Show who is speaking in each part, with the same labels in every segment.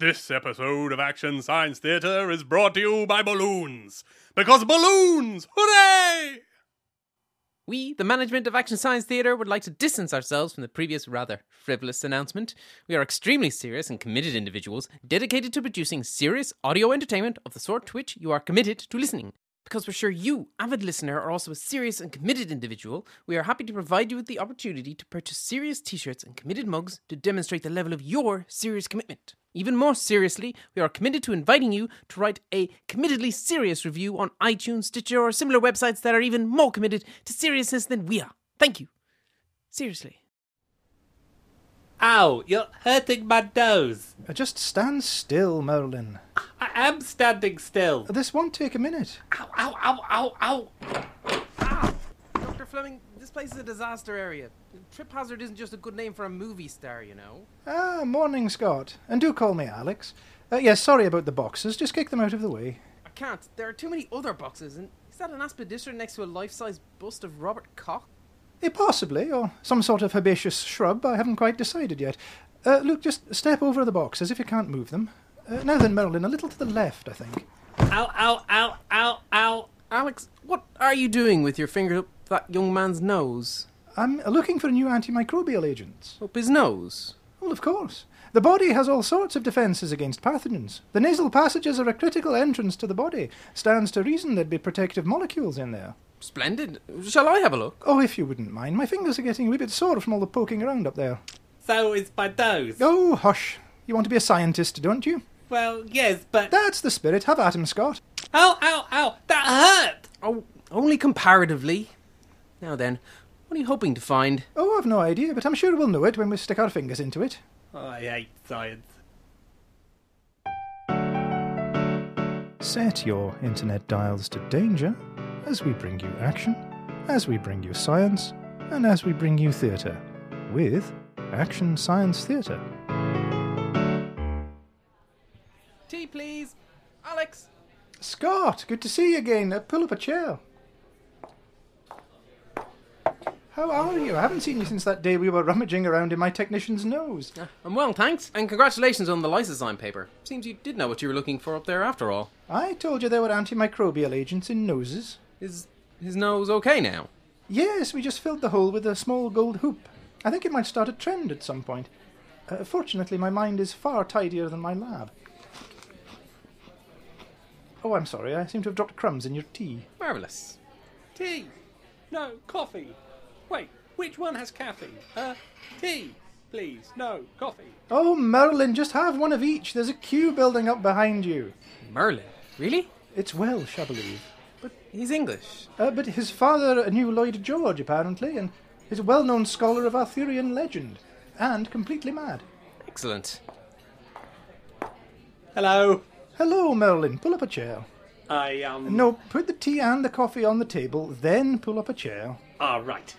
Speaker 1: This episode of Action Science Theater is brought to you by balloons. Because balloons! Hooray!
Speaker 2: We, the management of Action Science Theatre, would like to distance ourselves from the previous rather frivolous announcement. We are extremely serious and committed individuals dedicated to producing serious audio entertainment of the sort to which you are committed to listening. Because we're sure you, avid listener, are also a serious and committed individual, we are happy to provide you with the opportunity to purchase serious t shirts and committed mugs to demonstrate the level of your serious commitment. Even more seriously, we are committed to inviting you to write a committedly serious review on iTunes, Stitcher, or similar websites that are even more committed to seriousness than we are. Thank you. Seriously.
Speaker 3: Ow, you're hurting my nose.
Speaker 4: Uh, Just stand still, Merlin.
Speaker 3: I am standing still.
Speaker 4: This won't take a minute.
Speaker 3: Ow, ow, ow, ow, ow.
Speaker 2: Dr. Fleming, this place is a disaster area. Trip hazard isn't just a good name for a movie star, you know.
Speaker 4: Ah, morning, Scott. And do call me Alex. Uh, yes, sorry about the boxes. Just kick them out of the way.
Speaker 2: I can't. There are too many other boxes, and is that an aspidistra next to a life size bust of Robert Koch?
Speaker 4: Eh, possibly, or some sort of herbaceous shrub. I haven't quite decided yet. Uh, look, just step over the boxes if you can't move them. Uh, now then, Merlin, a little to the left, I think.
Speaker 3: Ow, ow, ow, ow, ow.
Speaker 2: Alex, what are you doing with your finger up that young man's nose?
Speaker 4: I'm uh, looking for new antimicrobial agents.
Speaker 2: Up his nose?
Speaker 4: Well, of course. The body has all sorts of defences against pathogens. The nasal passages are a critical entrance to the body. Stands to reason there'd be protective molecules in there.
Speaker 2: Splendid. Shall I have a look?
Speaker 4: Oh, if you wouldn't mind. My fingers are getting a wee bit sore from all the poking around up there.
Speaker 3: So is my nose.
Speaker 4: Oh, hush. You want to be a scientist, don't you?
Speaker 3: Well, yes, but.
Speaker 4: That's the spirit. Have at him, Scott.
Speaker 3: Ow, ow, ow. That hurt.
Speaker 2: Oh, only comparatively. Now then, what are you hoping to find?
Speaker 4: Oh, I've no idea, but I'm sure we'll know it when we stick our fingers into it.
Speaker 3: Oh, I hate science.
Speaker 4: Set your internet dials to danger as we bring you action, as we bring you science, and as we bring you theatre with Action Science Theatre.
Speaker 2: Tea, please. Alex.
Speaker 4: Scott, good to see you again. Uh, pull up a chair. How are you? I haven't seen you since that day we were rummaging around in my technician's nose.
Speaker 2: Ah, I'm well, thanks. And congratulations on the lysozyme paper. Seems you did know what you were looking for up there after all.
Speaker 4: I told you there were antimicrobial agents in noses.
Speaker 2: Is his nose okay now?
Speaker 4: Yes, we just filled the hole with a small gold hoop. I think it might start a trend at some point. Uh, fortunately, my mind is far tidier than my lab. Oh, I'm sorry, I seem to have dropped crumbs in your tea.
Speaker 2: Marvellous.
Speaker 3: Tea. No, coffee. Wait, which one has caffeine? Uh, tea. Please, no, coffee.
Speaker 4: Oh, Merlin, just have one of each. There's a queue building up behind you.
Speaker 2: Merlin. Really?
Speaker 4: It's Welsh, I believe.
Speaker 2: He's English.
Speaker 4: Uh, but his father knew Lloyd George, apparently, and is a well known scholar of Arthurian legend, and completely mad.
Speaker 2: Excellent.
Speaker 3: Hello.
Speaker 4: Hello, Merlin, pull up a chair.
Speaker 3: I, um.
Speaker 4: No, put the tea and the coffee on the table, then pull up a chair.
Speaker 3: Ah, right.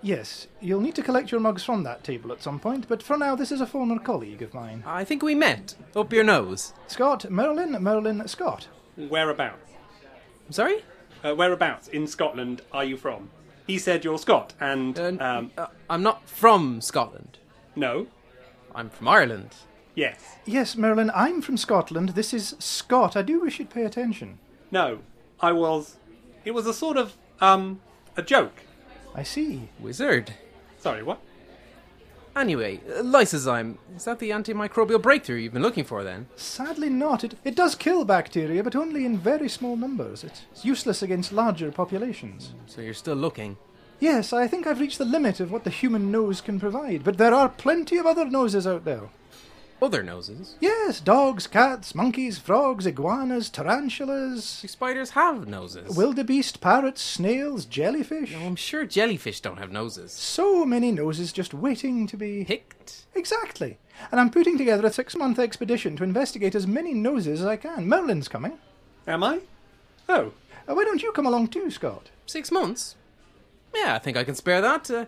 Speaker 4: Yes, you'll need to collect your mugs from that table at some point, but for now, this is a former colleague of mine.
Speaker 2: I think we met. Up your nose.
Speaker 4: Scott, Merlin, Merlin, Scott.
Speaker 3: Whereabouts?
Speaker 2: I'm sorry?
Speaker 3: Uh, whereabouts in Scotland are you from? He said you're Scot, and.
Speaker 2: Uh,
Speaker 3: um,
Speaker 2: uh, I'm not from Scotland.
Speaker 3: no?
Speaker 2: I'm from Ireland.
Speaker 3: Yes.
Speaker 4: Yes, Merlin, I'm from Scotland. This is Scott. I do wish you'd pay attention.
Speaker 3: No, I was. It was a sort of um a joke.
Speaker 4: I see.
Speaker 2: Wizard.
Speaker 3: Sorry, what?
Speaker 2: Anyway, uh, lysozyme. Is that the antimicrobial breakthrough you've been looking for then?
Speaker 4: Sadly not. It, it does kill bacteria, but only in very small numbers. It's useless against larger populations.
Speaker 2: So you're still looking.
Speaker 4: Yes, I think I've reached the limit of what the human nose can provide, but there are plenty of other noses out there.
Speaker 2: Other noses?
Speaker 4: Yes, dogs, cats, monkeys, frogs, iguanas, tarantulas,
Speaker 2: Do spiders have noses? Oh,
Speaker 4: wildebeest, parrots, snails, jellyfish.
Speaker 2: I'm sure jellyfish don't have noses.
Speaker 4: So many noses just waiting to be.
Speaker 2: Picked?
Speaker 4: Exactly. And I'm putting together a six month expedition to investigate as many noses as I can. Merlin's coming.
Speaker 3: Am I? Oh,
Speaker 4: Uh, why don't you come along too, Scott?
Speaker 2: Six months? Yeah, I think I can spare that. Uh,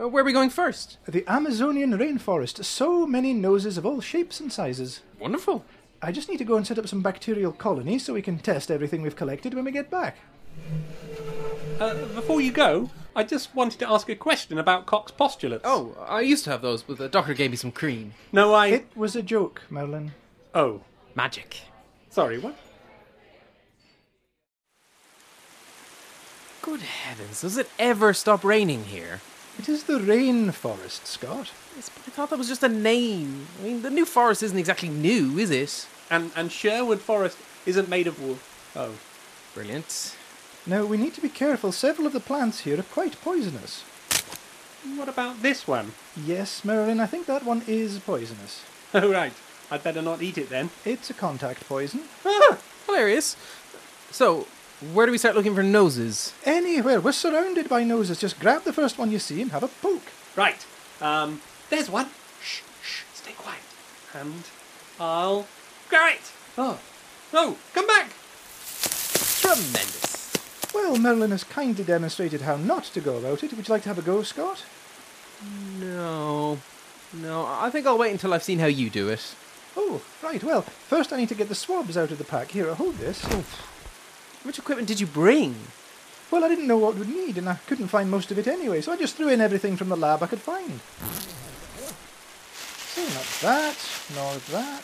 Speaker 2: uh, where are we going first?
Speaker 4: The Amazonian rainforest. So many noses of all shapes and sizes.
Speaker 2: Wonderful.
Speaker 4: I just need to go and set up some bacterial colonies so we can test everything we've collected when we get back.
Speaker 3: uh, before you go, I just wanted to ask a question about Cox postulates.
Speaker 2: Oh, I used to have those, but the doctor gave me some cream.
Speaker 3: no, I.
Speaker 4: It was a joke, Merlin.
Speaker 3: Oh,
Speaker 2: Magic.
Speaker 3: sorry. What?
Speaker 2: Good heavens, does it ever stop raining here?
Speaker 4: It is the rainforest, Scott.
Speaker 2: It's, I thought that was just a name. I mean, the new forest isn't exactly new, is it?
Speaker 3: And and Sherwood Forest isn't made of wool. Oh,
Speaker 2: Brilliant.
Speaker 4: Now, we need to be careful. Several of the plants here are quite poisonous.
Speaker 3: what about this one?
Speaker 4: Yes, Merlin, I think that one is poisonous.
Speaker 3: Oh right, I'd better not eat it then.
Speaker 4: It's a contact poison.
Speaker 2: Ah, hilarious. So, where do we start looking for noses?
Speaker 4: Anywhere, we're surrounded by noses. Just grab the first one you see and have a poke.
Speaker 3: Right. Um, there's one. Shh, shh. Stay quiet. And I'll grab it. Oh, no! Come back.
Speaker 2: Tremendous.
Speaker 4: Well, Merlin has kindly demonstrated how not to go about it. Would you like to have a go, Scott?
Speaker 2: No. No, I think I'll wait until I've seen how you do it.
Speaker 4: Oh, right, well, first I need to get the swabs out of the pack. Here, hold this.
Speaker 2: Which equipment did you bring?
Speaker 4: Well, I didn't know what we'd need, and I couldn't find most of it anyway, so I just threw in everything from the lab I could find. So, not that, nor that.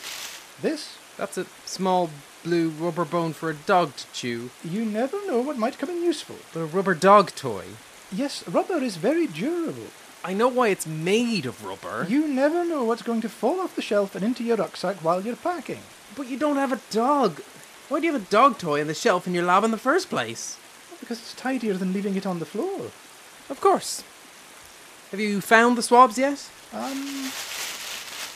Speaker 4: This,
Speaker 2: That's a small blue rubber bone for a dog to chew,
Speaker 4: you never know what might come in useful.
Speaker 2: but a rubber dog toy.
Speaker 4: Yes, rubber is very durable.
Speaker 2: I know why it's made of rubber,
Speaker 4: You never know what's going to fall off the shelf and into your rucksack while you're packing.
Speaker 2: but you don't have a dog. Why do you have a dog toy on the shelf in your lab in the first place?
Speaker 4: Because it's tidier than leaving it on the floor.
Speaker 2: Of course. Have you found the swabs yet?
Speaker 4: Um.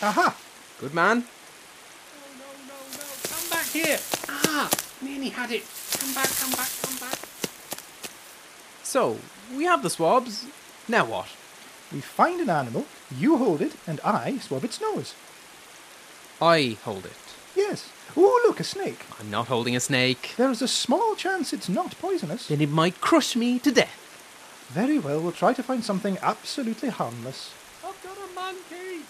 Speaker 4: Aha!
Speaker 2: Good man.
Speaker 3: No, no, no, no. Come back here. Ah, nearly had it. Come back, come back, come back.
Speaker 2: So, we have the swabs. Now what?
Speaker 4: We find an animal, you hold it, and I swab its nose.
Speaker 2: I hold it.
Speaker 4: Yes. Oh, look, a snake.
Speaker 2: I'm not holding a snake.
Speaker 4: There is a small chance it's not poisonous.
Speaker 2: Then it might crush me to death.
Speaker 4: Very well, we'll try to find something absolutely harmless.
Speaker 3: I've got a monkey.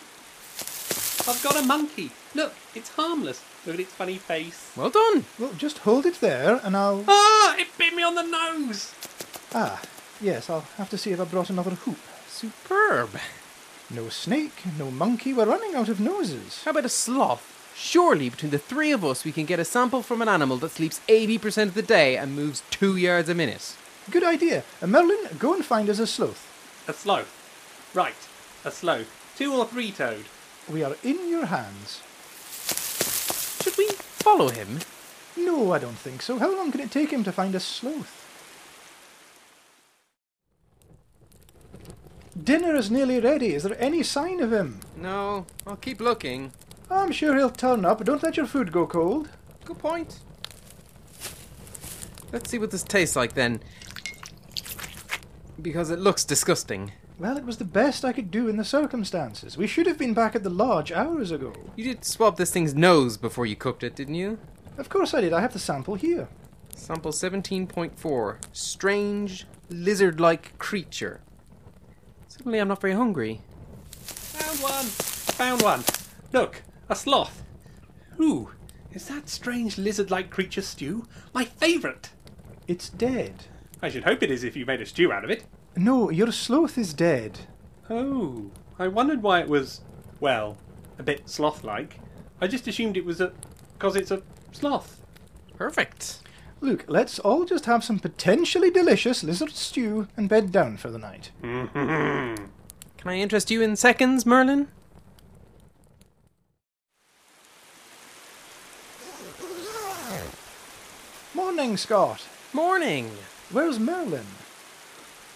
Speaker 3: I've got a monkey. Look, it's harmless. Look at its funny face.
Speaker 2: Well done.
Speaker 4: Well, just hold it there, and I'll.
Speaker 3: Ah, it bit me on the nose.
Speaker 4: Ah, yes, I'll have to see if I brought another hoop.
Speaker 2: Superb.
Speaker 4: No snake, no monkey, we're running out of noses.
Speaker 2: How about a sloth? Surely, between the three of us, we can get a sample from an animal that sleeps 80% of the day and moves two yards a minute.
Speaker 4: Good idea. Uh, Merlin, go and find us a sloth.
Speaker 3: A sloth. Right, a sloth. Two or three toed.
Speaker 4: We are in your hands.
Speaker 2: Should we follow him?
Speaker 4: No, I don't think so. How long can it take him to find a sloth? Dinner is nearly ready. Is there any sign of him?
Speaker 2: No, I'll keep looking.
Speaker 4: I'm sure he'll turn up. Don't let your food go cold.
Speaker 2: Good point. Let's see what this tastes like then. Because it looks disgusting.
Speaker 4: Well, it was the best I could do in the circumstances. We should have been back at the lodge hours ago.
Speaker 2: You did swab this thing's nose before you cooked it, didn't you?
Speaker 4: Of course I did. I have the sample here.
Speaker 2: Sample 17.4 Strange lizard like creature. Suddenly I'm not very hungry.
Speaker 3: Found one. Found one. Look, a sloth. Ooh, is that strange lizard-like creature stew? My favourite.
Speaker 4: It's dead.
Speaker 3: I should hope it is if you made a stew out of it.
Speaker 4: No, your sloth is dead.
Speaker 3: Oh, I wondered why it was, well, a bit sloth-like. I just assumed it was a, because it's a sloth.
Speaker 2: Perfect.
Speaker 4: Look, let's all just have some potentially delicious lizard stew and bed down for the night.
Speaker 2: Can I interest you in seconds, Merlin?
Speaker 4: Morning, Scott.
Speaker 2: Morning.
Speaker 4: Where's Merlin?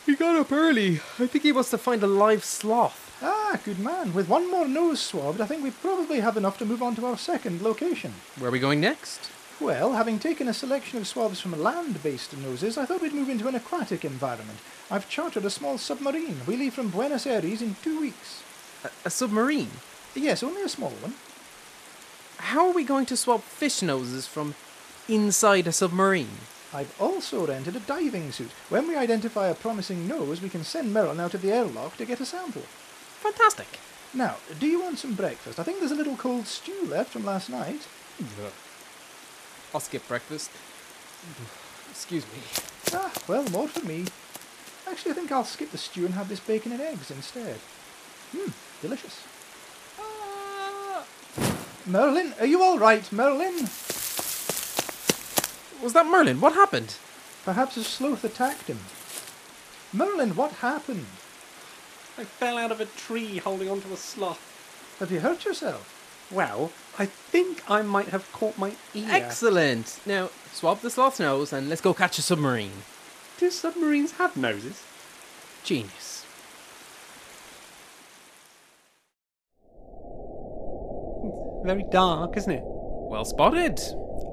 Speaker 2: He got up early. I think he wants to find a live sloth.
Speaker 4: Ah, good man. With one more nose swabbed, I think we probably have enough to move on to our second location.
Speaker 2: Where are we going next?
Speaker 4: Well, having taken a selection of swabs from land-based noses, I thought we'd move into an aquatic environment. I've chartered a small submarine. We leave from Buenos Aires in two weeks.
Speaker 2: A, a submarine.
Speaker 4: Yes, only a small one.
Speaker 2: How are we going to swab fish noses from inside a submarine?
Speaker 4: I've also rented a diving suit. When we identify a promising nose, we can send Merlin out of the airlock to get a sample.
Speaker 2: Fantastic.
Speaker 4: Now, do you want some breakfast? I think there's a little cold stew left from last night.
Speaker 2: I'll skip breakfast. Excuse me.
Speaker 4: Ah, well, more for me. Actually, I think I'll skip the stew and have this bacon and eggs instead. Hmm, delicious. Merlin, are you all right, Merlin?
Speaker 2: Was that Merlin? What happened?
Speaker 4: Perhaps a sloth attacked him. Merlin, what happened?
Speaker 3: I fell out of a tree holding onto a sloth.
Speaker 4: Have you hurt yourself?
Speaker 3: Well, I think I might have caught my ear.
Speaker 2: Excellent. Now swab the sloth's nose and let's go catch a submarine.
Speaker 3: Do submarines have noses?
Speaker 2: Genius.
Speaker 3: Very dark, isn't it?
Speaker 2: Well spotted.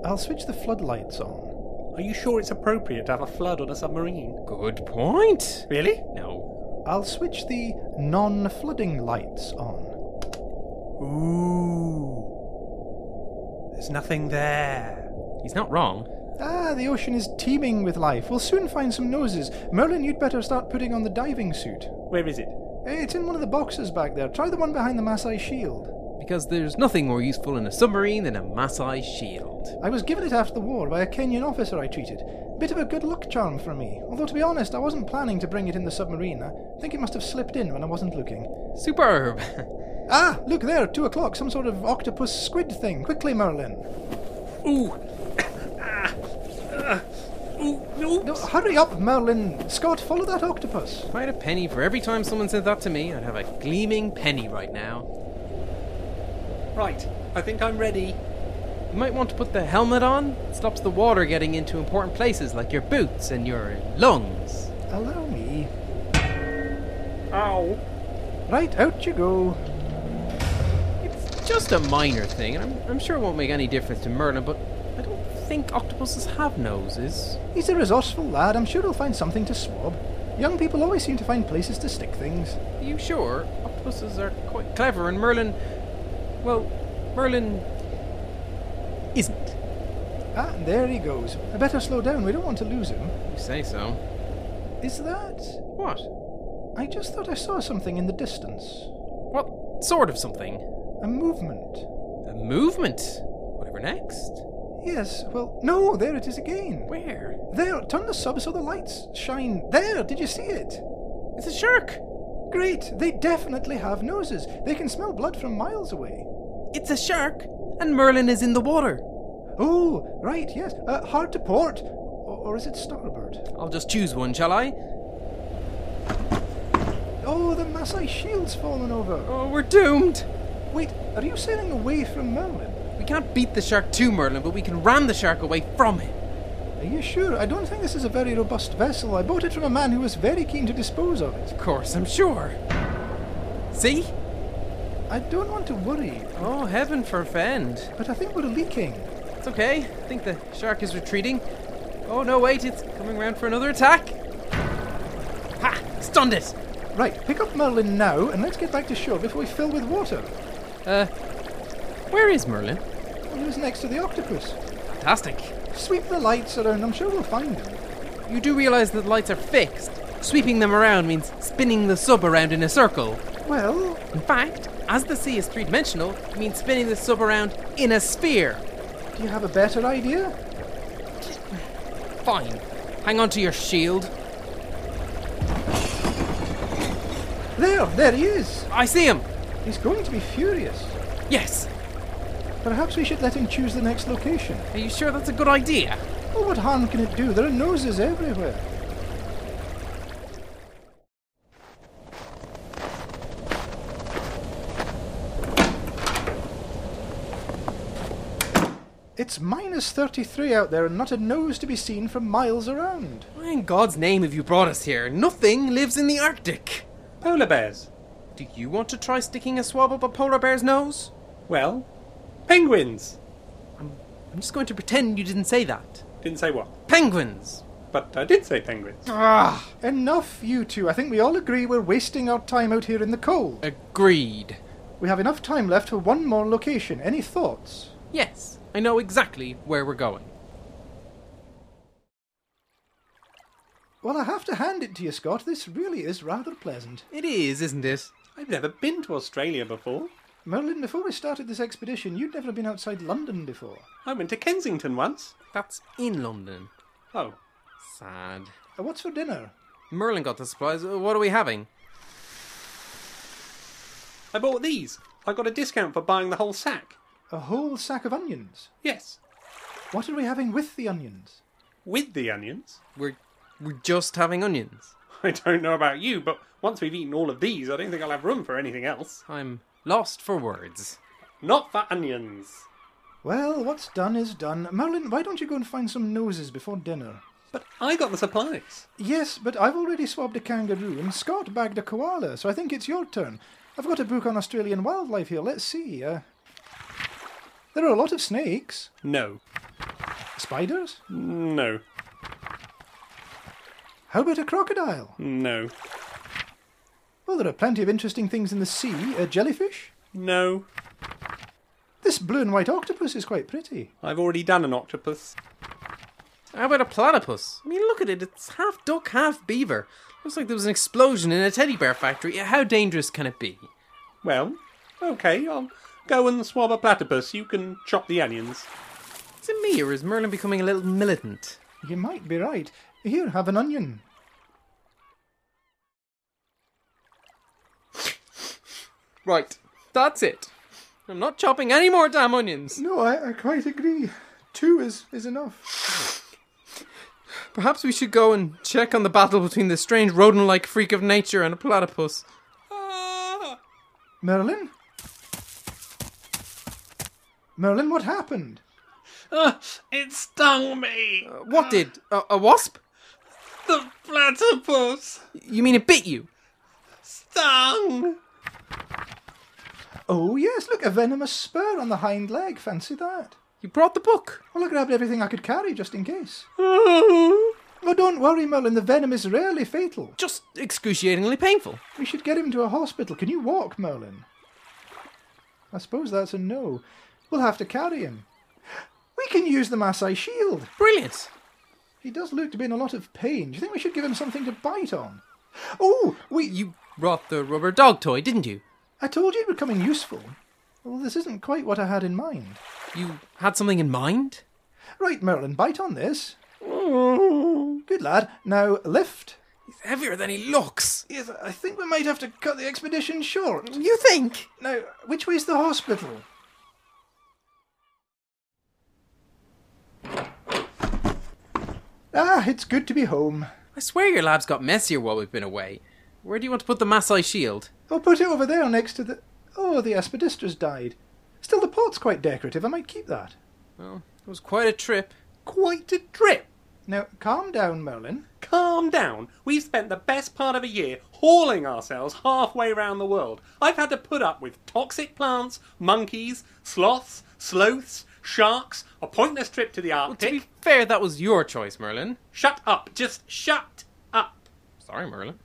Speaker 4: I'll switch the floodlights on.
Speaker 3: Are you sure it's appropriate to have a flood on a submarine?
Speaker 2: Good point.
Speaker 3: Really?
Speaker 2: No.
Speaker 4: I'll switch the non flooding lights on.
Speaker 3: Ooh. There's nothing there.
Speaker 2: He's not wrong.
Speaker 4: Ah, the ocean is teeming with life. We'll soon find some noses. Merlin, you'd better start putting on the diving suit.
Speaker 3: Where is it?
Speaker 4: Hey, Eh, it's in one of the boxes back there. Try the one behind the Masai shield.
Speaker 2: Because there's nothing more useful in a submarine than a Maasai shield.
Speaker 4: I was given it after the war by a Kenyan officer I treated. Bit of a good luck charm for me, although to be honest, I wasn't planning to bring it in the submarine. I think it must have slipped in when I wasn't looking.
Speaker 2: Superb.
Speaker 4: Ah, look there, two o'clock, some sort of octopus squid thing. Quickly, Merlin.
Speaker 3: Ooh. ah. Ah. Ooh. Ooh.
Speaker 4: No, hurry up, Merlin. Scott, follow that octopus.
Speaker 2: if I had a penny for every time someone said that to me, I'd have a gleaming penny right now.
Speaker 3: Right. I think I'm ready.
Speaker 2: You might want to put the helmet on. It stops the water getting into important places like your boots and your lungs.
Speaker 4: Allow me.
Speaker 3: Ow.
Speaker 4: Right, out you go.
Speaker 2: It's just a minor thing, and I'm, I'm sure it won't make any difference to Merlin, but I don't think octopuses have noses.
Speaker 4: He's a resourceful lad. I'm sure he'll find something to swab. Young people always seem to find places to stick things.
Speaker 2: Are you sure? Octopuses are quite clever, and Merlin. Well, Merlin. isn't.
Speaker 4: Ah, and there he goes. I better slow down. We don't want to lose him.
Speaker 2: You say so.
Speaker 4: Is that?
Speaker 2: What?
Speaker 4: I just thought I saw something in the distance.
Speaker 2: What sort of something?
Speaker 4: A movement.
Speaker 2: A movement? Whatever next?
Speaker 4: Yes, well, no, there it is again.
Speaker 2: Where?
Speaker 4: There, turn the sub so the lights shine. There, did you see it?
Speaker 2: It's a shark!
Speaker 4: Great, they definitely have noses. They can smell blood from miles away.
Speaker 2: It's a shark! And Merlin is in the water!
Speaker 4: Oh, right, yes. Uh, hard to port. Or, or is it starboard?
Speaker 2: I'll just choose one, shall I?
Speaker 4: Oh, the Masai shield's fallen over.
Speaker 2: Oh, we're doomed!
Speaker 4: Wait, are you sailing away from Merlin?
Speaker 2: We can't beat the shark to Merlin, but we can ram the shark away from him.
Speaker 4: Are you sure? I don't think this is a very robust vessel. I bought it from a man who was very keen to dispose of it.
Speaker 2: Of course, I'm sure. See?
Speaker 4: I don't want to worry,
Speaker 2: Oh, heaven forfend.
Speaker 4: but I think we're leaking.
Speaker 2: It's okay. I think the shark is retreating. Oh, no, wait, it's coming round for another attack. Ha! Stunned it!
Speaker 4: Right, pick up Merlin now and let's get back to shore before we fill with water.
Speaker 2: Uh, where is Merlin?
Speaker 4: He was next to the octopus.
Speaker 2: Fantastic.
Speaker 4: Sweep the lights around, I'm sure we'll find him.
Speaker 2: You do realize that the lights are fixed. Sweeping them around means spinning the sub around in a circle.
Speaker 4: Well,
Speaker 2: In fact, as the sea is three dimensional, it means spinning the sub around in a sphere.
Speaker 4: do you have a better idea?
Speaker 2: Fine. Hang on to your shield.
Speaker 4: There, there he is.
Speaker 2: I see him!
Speaker 4: He's going to be furious.
Speaker 2: Yes!
Speaker 4: Perhaps we should let him choose the next location.
Speaker 2: Are you sure that's a good idea?
Speaker 4: Oh, what harm can it do? There are noses everywhere. It's minus 33 out there and not a nose to be seen from miles around.
Speaker 2: Why in God's name have you brought us here? Nothing lives in the Arctic!
Speaker 3: Polar bears.
Speaker 2: Do you want to try sticking a swab up a polar bear's nose?
Speaker 3: Well, penguins.
Speaker 2: I'm just going to pretend you didn't say that.
Speaker 3: Didn't say what,
Speaker 2: Penguins!
Speaker 3: but I did say penguins.
Speaker 2: Ah!
Speaker 4: Enough, you two. I think we all agree we're wasting our time out here in the cold.
Speaker 2: Agreed.
Speaker 4: We have enough time left for one more location. Any thoughts?
Speaker 2: Yes, I know exactly where we're going.
Speaker 4: Well, I have to hand it to you, Scott. This really is rather pleasant.
Speaker 2: It is, isn't it?
Speaker 3: I've never been to Australia before.
Speaker 4: Merlin, before we started this expedition, you'd never been outside London before.
Speaker 3: I went to Kensington once.
Speaker 2: That's in London.
Speaker 3: Oh,
Speaker 2: Sad.
Speaker 4: Uh, What's for dinner?
Speaker 2: Merlin got the supplies. Uh, What are we having?
Speaker 3: I bought these. I got a discount for buying the whole sack.
Speaker 4: A whole sack of onions.
Speaker 3: Yes,
Speaker 4: What are we having with the onions?
Speaker 3: with the onions.
Speaker 2: We're we're just having onions.
Speaker 3: I don't know about you, but once we've eaten all of these, I don't think I'll have room for anything else.
Speaker 2: I'm lost for words.
Speaker 3: Not for onions.
Speaker 4: Well, what's done is done. Merlin, why don't you go and find some noses before dinner?
Speaker 3: But I got the supplies.
Speaker 4: Yes, but I've already swabbed a kangaroo and Scott bagged a koala, so I think it's your turn. I've got a book on Australian wildlife here. Let's see. Uh, there are a lot of snakes,
Speaker 1: No.
Speaker 4: spiders.
Speaker 1: No.
Speaker 4: How about a crocodile?
Speaker 1: No.
Speaker 4: Well, there are plenty of interesting things in the sea. A jellyfish.
Speaker 1: No.
Speaker 4: This blue and white octopus is quite pretty.
Speaker 3: I've already done an octopus.
Speaker 2: How about a platypus? I mean, look at it. It's half duck, half beaver. Looks like there was an explosion in a teddy bear factory. How dangerous can it be?
Speaker 3: Well, okay, I'll go and swab a platypus. You can chop the onions.
Speaker 2: Is it me, or is Merlin becoming a little militant?
Speaker 4: You might be right. Here, have an onion.
Speaker 2: Right, that's it. I'm not chopping any more damn onions.
Speaker 4: No, I, I quite agree. Two is, is enough.
Speaker 2: Perhaps we should go and check on the battle between this strange rodent like freak of nature and a platypus.
Speaker 4: Merlin? Merlin, what happened?
Speaker 3: Ah, It stung me!
Speaker 2: Uh, What did? A, a wasp?
Speaker 3: The platypus
Speaker 2: You mean it bit you?
Speaker 3: stung!
Speaker 4: Oh, yes, look, a venomous spur on the hind leg. Fancy that.
Speaker 2: You brought the book.
Speaker 4: Well, I grabbed everything I could carry just in case. Oh, don't worry, Merlin, the venom is rarely fatal.
Speaker 2: Just excruciatingly painful.
Speaker 4: We should get him to a hospital. Can you walk, Merlin? I suppose that's a no. We'll have to carry him. We can use the Maasai shield.
Speaker 2: Brilliant.
Speaker 4: He does look to be in a lot of pain. Do you think we should give him something to bite on? Oh, we.
Speaker 2: You brought the rubber dog toy, didn't you?
Speaker 4: I told you it would come in useful. Well, this isn't quite what I had in mind.
Speaker 2: You had something in mind?
Speaker 4: Right, Merlin, bite on this. Good lad. Now lift.
Speaker 2: He's heavier than he looks.
Speaker 4: Yes, I think we might have to cut the expedition short.
Speaker 2: You think?
Speaker 4: Now, which way's the hospital? Ah, it's good to be home.
Speaker 2: I swear your lab's got messier while we've been away. Where do you want to put the Maasai shield?
Speaker 4: I'll put it over there next to the. Oh, the aspidistras died. Still, the pot's quite decorative. I might keep that.
Speaker 2: Well, it was quite a trip.
Speaker 3: Quite a trip!
Speaker 4: Now, calm down, Merlin.
Speaker 3: Calm down. We've spent the best part of a year hauling ourselves halfway round the world. I've had to put up with toxic plants, monkeys, sloths, sloths, sharks, a pointless trip to the
Speaker 2: To
Speaker 3: Arctic.
Speaker 2: be fair, that was your choice, Merlin.
Speaker 3: Shut up. Just shut up.
Speaker 2: Sorry, Merlin.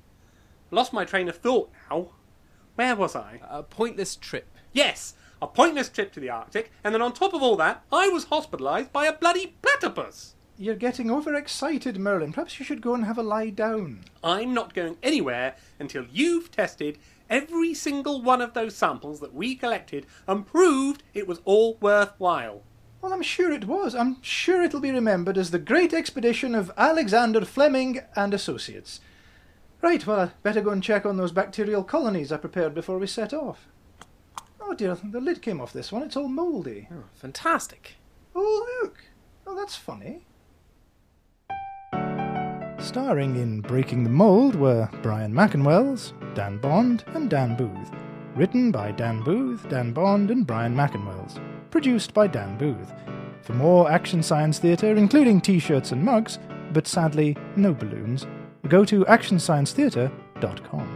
Speaker 3: Lost my train of thought now. Where was I?
Speaker 2: A pointless trip.
Speaker 3: Yes, a pointless trip to the Arctic, and then on top of all that, I was hospitalised by a bloody platypus.
Speaker 4: You're getting overexcited, Merlin. Perhaps you should go and have a lie down.
Speaker 3: I'm not going anywhere until you've tested every single one of those samples that we collected and proved it was all worthwhile.
Speaker 4: Well, I'm sure it was. I'm sure it'll be remembered as the great expedition of Alexander Fleming and Associates. Right, well, I'd better go and check on those bacterial colonies I prepared before we set off. Oh dear, the lid came off this one. It's all mouldy.
Speaker 2: Oh, fantastic.
Speaker 4: Oh, look! Oh, that's funny. Starring in Breaking the Mould were Brian McInwells, Dan Bond, and Dan Booth. Written by Dan Booth, Dan Bond, and Brian McInwells. Produced by Dan Booth. For more Action Science Theatre, including t shirts and mugs, but sadly, no balloons, go to actionsciencetheatre.com.